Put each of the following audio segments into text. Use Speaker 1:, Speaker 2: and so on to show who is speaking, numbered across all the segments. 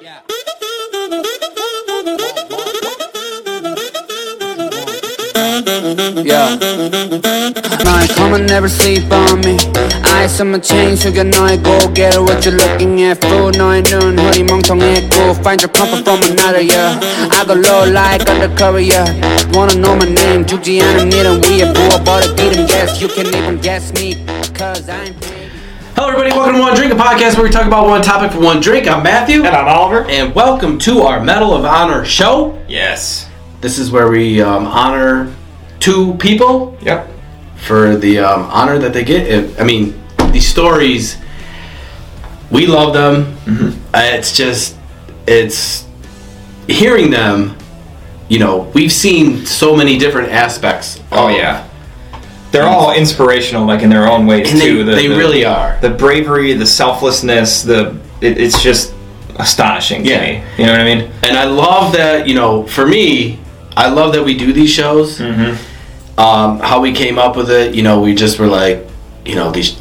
Speaker 1: Yeah.
Speaker 2: Yeah. My karma never sleep on me. eyes on my chain 숙여 너의 go get her what you looking at fool 너의 눈 흔히 멍청했고 find your comfort from another yeah. I go low like undercover yeah. Wanna know my name 죽지 않은 일은 위에 부어버려 기름 yes you can even guess me cause I'm
Speaker 3: Hello, everybody. Welcome to One Drink, a podcast where we talk about one topic for one drink. I'm Matthew,
Speaker 4: And I'm Oliver.
Speaker 3: and welcome to our Medal of Honor show.
Speaker 4: Yes.
Speaker 3: This is where we um, honor two people
Speaker 4: Yep.
Speaker 3: for the um, honor that they get. It, I mean, these stories, we love them.
Speaker 4: Mm-hmm.
Speaker 3: Uh, it's just, it's hearing them. You know, we've seen so many different aspects.
Speaker 4: Oh
Speaker 3: of-
Speaker 4: yeah. They're all inspirational, like in their own ways
Speaker 3: and they,
Speaker 4: too. The-
Speaker 3: they
Speaker 4: the-
Speaker 3: really are.
Speaker 4: The bravery, the selflessness, the it, it's just astonishing
Speaker 3: Yeah.
Speaker 4: to me. You know what I mean?
Speaker 3: and I love that you know for me I love that we do these shows um, how we came up with it you know we just were like you know these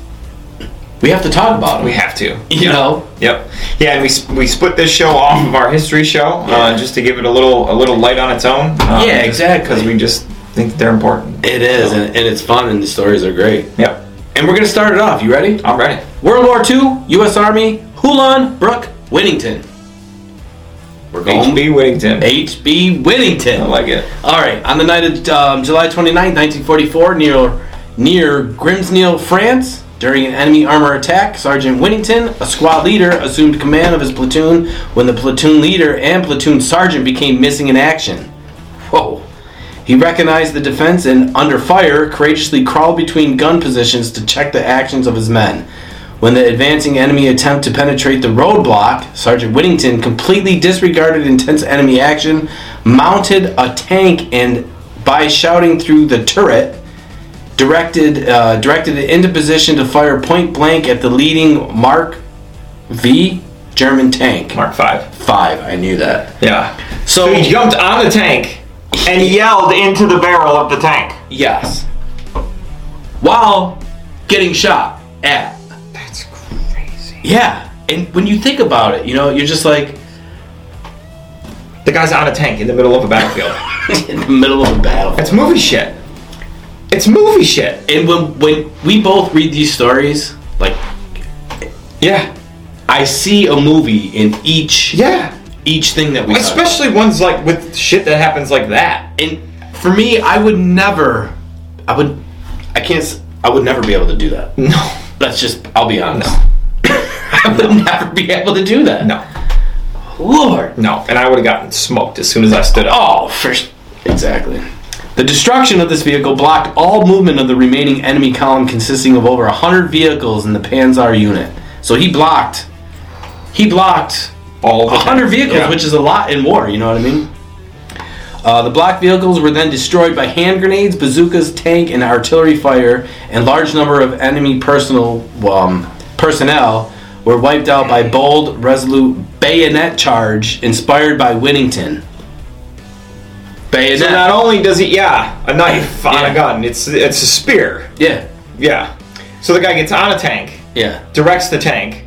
Speaker 3: we have to talk about them
Speaker 4: We have to.
Speaker 3: you know
Speaker 4: Yep. Yeah, and we, s- we split this show off of our history show uh, just to give it a little a little light on its own. Um,
Speaker 3: Yeah, exactly.
Speaker 4: Because we just think they're important.
Speaker 3: it is and, and it's fun and the stories are great
Speaker 4: Yep.
Speaker 3: and we're gonna start it off you ready
Speaker 4: I'm ready.
Speaker 3: World War II U.S. Army Hulan Brook Whittington we're going
Speaker 4: HB Whittington.
Speaker 3: H.B. Whittington
Speaker 4: I like it.
Speaker 3: All right, on the night of um, July 29, 1944, near near Grimsneel, France, during an enemy armor attack, Sergeant Winnington, a squad leader, assumed command of his platoon when the platoon leader and platoon sergeant became missing in action. Whoa. He recognized the defense and, under fire, courageously crawled between gun positions to check the actions of his men. When the advancing enemy attempted to penetrate the roadblock, Sergeant Whittington completely disregarded intense enemy action, mounted a tank, and by shouting through the turret, directed uh, directed it into position to fire point blank at the leading Mark V German tank.
Speaker 4: Mark five.
Speaker 3: Five, I knew that.
Speaker 4: Yeah.
Speaker 3: So-
Speaker 4: so he jumped on the tank and yelled into the barrel of the tank.
Speaker 3: Yes. While getting shot at.
Speaker 4: That's crazy.
Speaker 3: Yeah. And when you think about it, you know, you're just like
Speaker 4: The guy's on a tank in the middle of a battlefield.
Speaker 3: in the middle of a battle.
Speaker 4: That's movie shit. It's movie shit.
Speaker 3: And when when we both read these stories, like
Speaker 4: Yeah.
Speaker 3: I see a movie in each
Speaker 4: Yeah.
Speaker 3: each thing that we touch.
Speaker 4: Especially ones like with shit that happens like that.
Speaker 3: and for me, I would never I would I can't s- I would never be able to do that.
Speaker 4: No.
Speaker 3: That's just I'll be honest. I would never be able to do that.
Speaker 4: No.
Speaker 3: Lord.
Speaker 4: No. And I would have gotten smoked as soon as I stood up.
Speaker 3: Oh, first. Exactly. The destruction of this vehicle blocked all movement of the remaining enemy column, consisting of over 100 vehicles in the Panzer unit. So he blocked. He blocked
Speaker 4: All the time.
Speaker 3: 100 vehicles,
Speaker 4: Yeah.
Speaker 3: which is a lot in war, you know what I mean? Uh, the blocked vehicles were then destroyed by hand grenades, bazookas, tank, and artillery fire, and large number of enemy personal um, personnel were wiped out by bold, resolute bayonet charge inspired by Winnington. Bayonet.
Speaker 4: So not only does he, yeah, a knife on
Speaker 3: Yeah.
Speaker 4: a gun. It's it's a spear.
Speaker 3: yeah,
Speaker 4: Yeah. So the guy gets on a tank,
Speaker 3: yeah.
Speaker 4: directs the tank,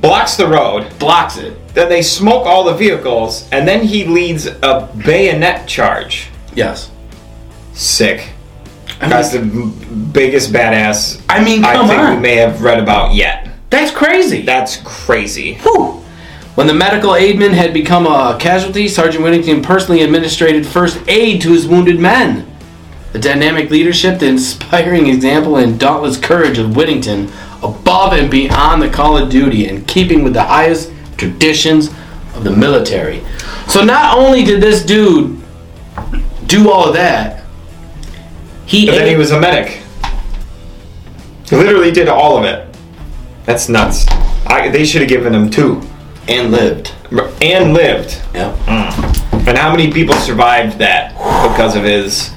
Speaker 4: blocks the road.
Speaker 3: Blocks it.
Speaker 4: Then they smoke all the vehicles, and then he leads a bayonet charge.
Speaker 3: Yes.
Speaker 4: Sick. That's the m- biggest badass
Speaker 3: I mean, come
Speaker 4: I think
Speaker 3: on.
Speaker 4: we may have read about yet.
Speaker 3: That's crazy.
Speaker 4: That's crazy.
Speaker 3: Whew. When the medical aidman had become a casualty, Sergeant Whittington personally administered first aid to his wounded men. The dynamic leadership, the inspiring example, and dauntless courage of Whittington, above and beyond the call of duty and keeping with the highest traditions of the military. So, not only did this dude do all of that, he,
Speaker 4: But then
Speaker 3: ate-
Speaker 4: he was a medic. He literally did all of it. That's nuts. I, they should have given him two.
Speaker 3: and lived.
Speaker 4: And lived.
Speaker 3: Yeah.
Speaker 4: Mm. And how many people survived that because of his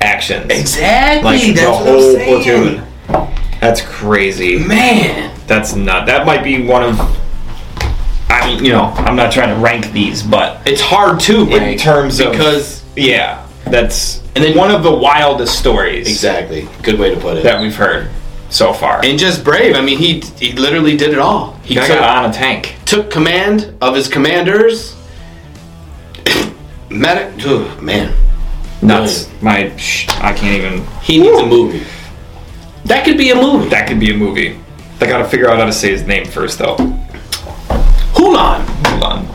Speaker 4: actions?
Speaker 3: Exactly.
Speaker 4: Like
Speaker 3: that's
Speaker 4: the
Speaker 3: what
Speaker 4: whole
Speaker 3: I'm saying.
Speaker 4: platoon. That's crazy.
Speaker 3: Man.
Speaker 4: That's not. That might be one of. I mean, you know, I'm not trying to rank these, but
Speaker 3: It's hard to
Speaker 4: in
Speaker 3: rank
Speaker 4: terms of
Speaker 3: because
Speaker 4: yeah, that's
Speaker 3: And then-
Speaker 4: one of the wildest stories
Speaker 3: Exactly. Good way to put it.
Speaker 4: that we've heard. so far.
Speaker 3: and just brave. I mean, he he literally did it all. He
Speaker 4: I
Speaker 3: took,
Speaker 4: got on a tank.
Speaker 3: took command of his commanders. Medic, oh, man,
Speaker 4: Nuts. My, sh- I can't even.
Speaker 3: he needs a movie. That could be a movie.
Speaker 4: That could be a movie. I gotta figure out how to say his name first, though.
Speaker 3: Hold on.
Speaker 4: Hold on.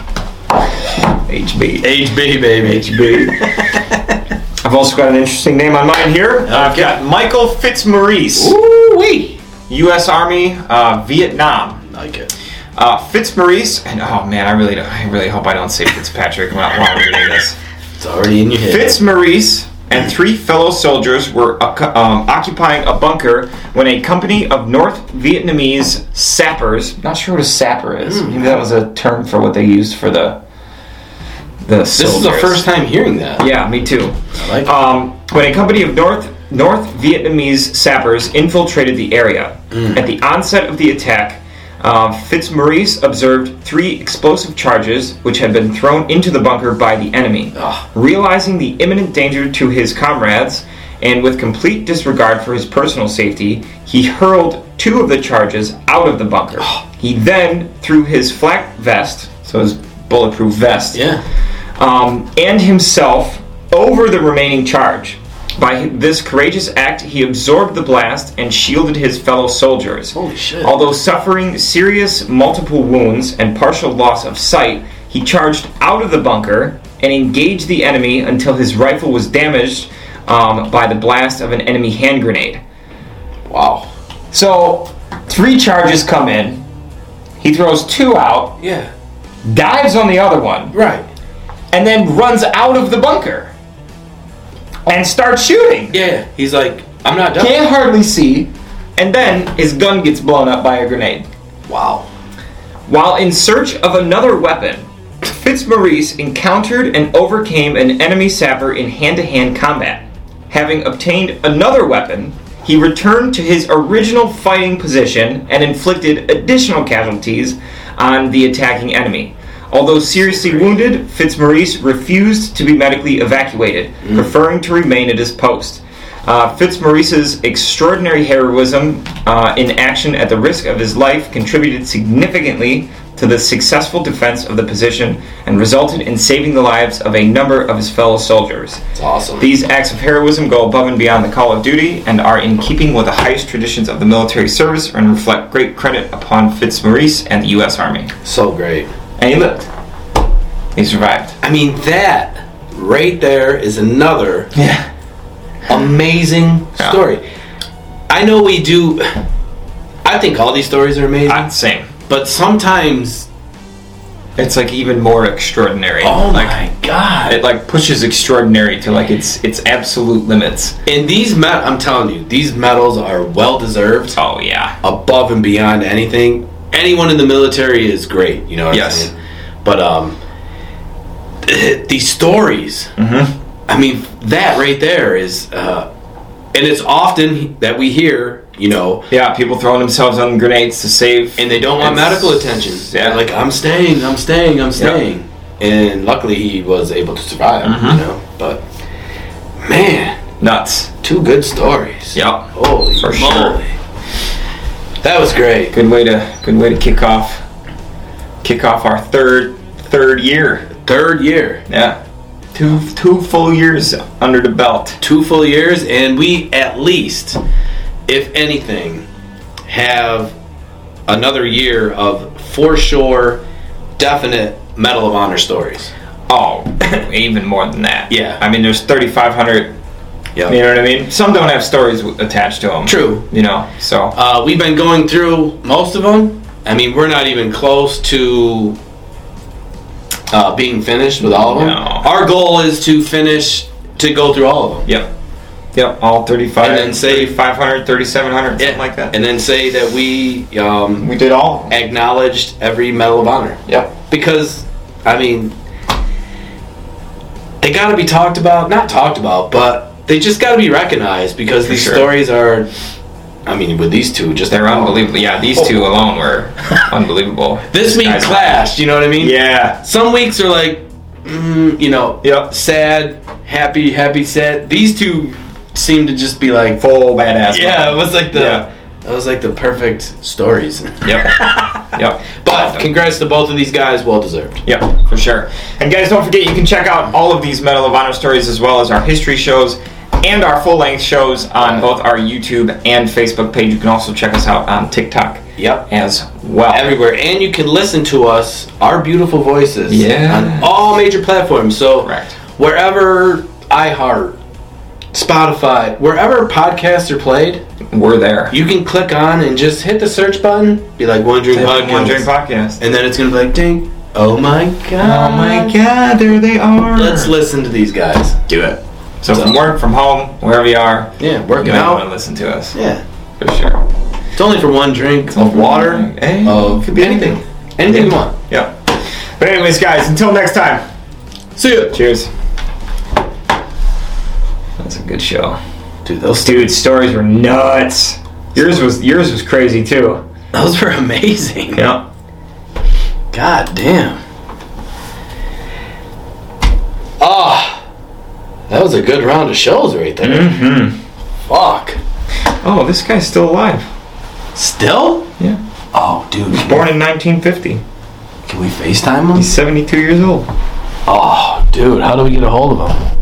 Speaker 4: HB.
Speaker 3: HB baby.
Speaker 4: HB. I've also got an interesting name on mine here. Uh, I've got Michael Fitzmaurice,
Speaker 3: Ooh wee.
Speaker 4: U.S. Army, uh, Vietnam.
Speaker 3: Like it.
Speaker 4: Uh, Fitzmaurice, and oh man, I really, don't- I really hope I don't say Fitzpatrick while while I'm reading this.
Speaker 3: It's already in your head.
Speaker 4: Fitzmaurice and three fellow soldiers were occu- um, occupying a bunker when a company of North Vietnamese sappers. Not sure what a sapper is. Maybe that was a term for what they used for the the.
Speaker 3: This is the first time hearing that.
Speaker 4: Yeah, me too.
Speaker 3: like it.
Speaker 4: um, when a company of North North Vietnamese sappers infiltrated the area
Speaker 3: Mm.
Speaker 4: at the onset of the attack, uh, Fitzmaurice observed three explosive charges which had been thrown into the bunker by the enemy.
Speaker 3: Ugh.
Speaker 4: Realizing the imminent danger to his comrades, and with complete disregard for his personal safety, he hurled two of the charges out of the bunker. He then threw his flak vest, so his bulletproof vest,
Speaker 3: Yeah.
Speaker 4: um, and himself over the remaining charge. By this courageous act, he absorbed the blast and shielded his fellow soldiers.
Speaker 3: Holy shit.
Speaker 4: Although suffering serious multiple wounds and partial loss of sight, he charged out of the bunker and engaged the enemy until his rifle was damaged um, by the blast of an enemy hand grenade.
Speaker 3: Wow.
Speaker 4: So, three charges come in. He throws two out,
Speaker 3: Yeah.
Speaker 4: dives on the other one,
Speaker 3: Right.
Speaker 4: and then runs out of the bunker and starts shooting.
Speaker 3: Yeah. He's like, I'm not done.
Speaker 4: Can't hardly see, and then his gun gets blown up by a grenade.
Speaker 3: Wow.
Speaker 4: While in search of another weapon, Fitzmaurice encountered and overcame an enemy sapper in hand to hand combat. Having obtained another weapon, he returned to his original fighting position and inflicted additional casualties on the attacking enemy. Although seriously wounded, Fitzmaurice refused to be medically evacuated, preferring to remain at his post. Uh, Fitzmaurice's extraordinary heroism uh, in action at the risk of his life contributed significantly to the successful defense of the position and resulted in saving the lives of a number of his fellow soldiers.
Speaker 3: It's awesome.
Speaker 4: These acts of heroism go above and beyond the call of duty and are in keeping with the highest traditions of the military service and reflect great credit upon Fitzmaurice and the U.S. Army.
Speaker 3: so great.
Speaker 4: And he lived. He survived.
Speaker 3: I mean, that right there is another
Speaker 4: Yeah.
Speaker 3: amazing
Speaker 4: Yeah.
Speaker 3: story. I know we do. I think all these stories are amazing,
Speaker 4: I'm same.
Speaker 3: but sometimes,
Speaker 4: It's like even more extraordinary.
Speaker 3: oh
Speaker 4: like,
Speaker 3: my god!
Speaker 4: it like pushes extraordinary to like its its absolute limits.
Speaker 3: and these med- I'm telling you, these medals are well deserved,
Speaker 4: Oh yeah.
Speaker 3: above and beyond anything. Anyone in the military is great, you know. What
Speaker 4: Yes.
Speaker 3: I'm saying? But um, these stories. I mean, that right there is, uh, and it's often that we hear, you know,
Speaker 4: Yeah, people throwing themselves on grenades to save
Speaker 3: and they don't want
Speaker 4: It's-
Speaker 3: medical attention.
Speaker 4: yeah.
Speaker 3: Yeah, like I'm staying, I'm staying, I'm staying. Mm-hmm. And luckily, he was able to survive. You know, but man,
Speaker 4: nuts.
Speaker 3: two good stories.
Speaker 4: Yep.
Speaker 3: Holy
Speaker 4: For
Speaker 3: moly,
Speaker 4: sure.
Speaker 3: that was great.
Speaker 4: Good way to good way to kick off kick off our third third year.
Speaker 3: Third year,
Speaker 4: Yeah. Two two full years under the belt.
Speaker 3: two full years, and we at least, if anything, have another year of for sure, definite Medal of Honor stories.
Speaker 4: Oh, even more than that.
Speaker 3: Yeah.
Speaker 4: I mean, there's 3,500.
Speaker 3: Yeah.
Speaker 4: You know what I mean? Some don't have stories w- attached to them.
Speaker 3: True.
Speaker 4: You know, so.
Speaker 3: Uh, we've been going through most of them. I mean, we're not even close to uh, being finished with all of them.
Speaker 4: No.
Speaker 3: Our goal is to finish to go through all of them.
Speaker 4: yep. Yep. All 35.
Speaker 3: And then say-
Speaker 4: 500, 3,700, something like that.
Speaker 3: And then say that we um,
Speaker 4: we did all. of 'em.
Speaker 3: acknowledged every Medal of Honor.
Speaker 4: Yep.
Speaker 3: Because, I mean, they got to be talked about. Not talked about, but they just got to be recognized because these
Speaker 4: sure.
Speaker 3: stories are. I mean, with these two, just
Speaker 4: They're unbelievable. Yeah, these two alone were unbelievable.
Speaker 3: This week
Speaker 4: Guys-
Speaker 3: clashed. You know what I mean?
Speaker 4: Yeah.
Speaker 3: some weeks are like, mm, you know,
Speaker 4: Yep.
Speaker 3: sad, happy, happy, sad. These two seem to just be like,
Speaker 4: Full badass.
Speaker 3: yeah, it was like the,
Speaker 4: Yeah.
Speaker 5: Those like the perfect stories.
Speaker 4: Yep. yep.
Speaker 3: But congrats to both of these guys, well deserved.
Speaker 4: Yep, for sure. And guys, don't forget you can check out all of these Medal of Honor stories as well as our history shows and our full length shows on both our YouTube and Facebook page. You can also check us out on TikTok
Speaker 3: Yep.
Speaker 4: as well.
Speaker 3: Everywhere, and you can listen to us, our beautiful voices,
Speaker 4: Yeah.
Speaker 3: on all major platforms. So
Speaker 4: Correct.
Speaker 3: wherever iHeart, Spotify, wherever podcasts are played,
Speaker 4: We're there.
Speaker 3: you can click on and just hit the search button. Be like Wondering Podcast,
Speaker 4: One Drink Podcast.
Speaker 3: and then it's gonna be like ding. Oh my god!
Speaker 4: god, there they are.
Speaker 3: Let's listen to these guys.
Speaker 4: do it. So, from work, from home, wherever you are,
Speaker 3: Yeah, working
Speaker 4: you might want to
Speaker 3: out.
Speaker 4: listen to us.
Speaker 3: Yeah,
Speaker 4: For sure.
Speaker 3: it's only for one drink of water.
Speaker 4: Hey,
Speaker 3: Of
Speaker 4: uh, could be
Speaker 3: anything, anything you want.
Speaker 4: Yep. But anyways, guys, until next time.
Speaker 3: See ya.
Speaker 4: Cheers. That's a good show.
Speaker 3: Dude, those
Speaker 4: Dude, stories were nuts. Yours was yours was crazy too.
Speaker 3: those were amazing.
Speaker 4: Yeah.
Speaker 3: God damn. Ah, that was a good round of shows right there.
Speaker 4: Mm-hmm.
Speaker 3: Fuck.
Speaker 4: Oh, this guy's still alive.
Speaker 3: Still?
Speaker 4: Yeah.
Speaker 3: Oh, dude, can
Speaker 4: Born in 1950.
Speaker 3: we, can we FaceTime him?
Speaker 4: He's 72 years old.
Speaker 3: Oh, dude, how do we get a hold of him?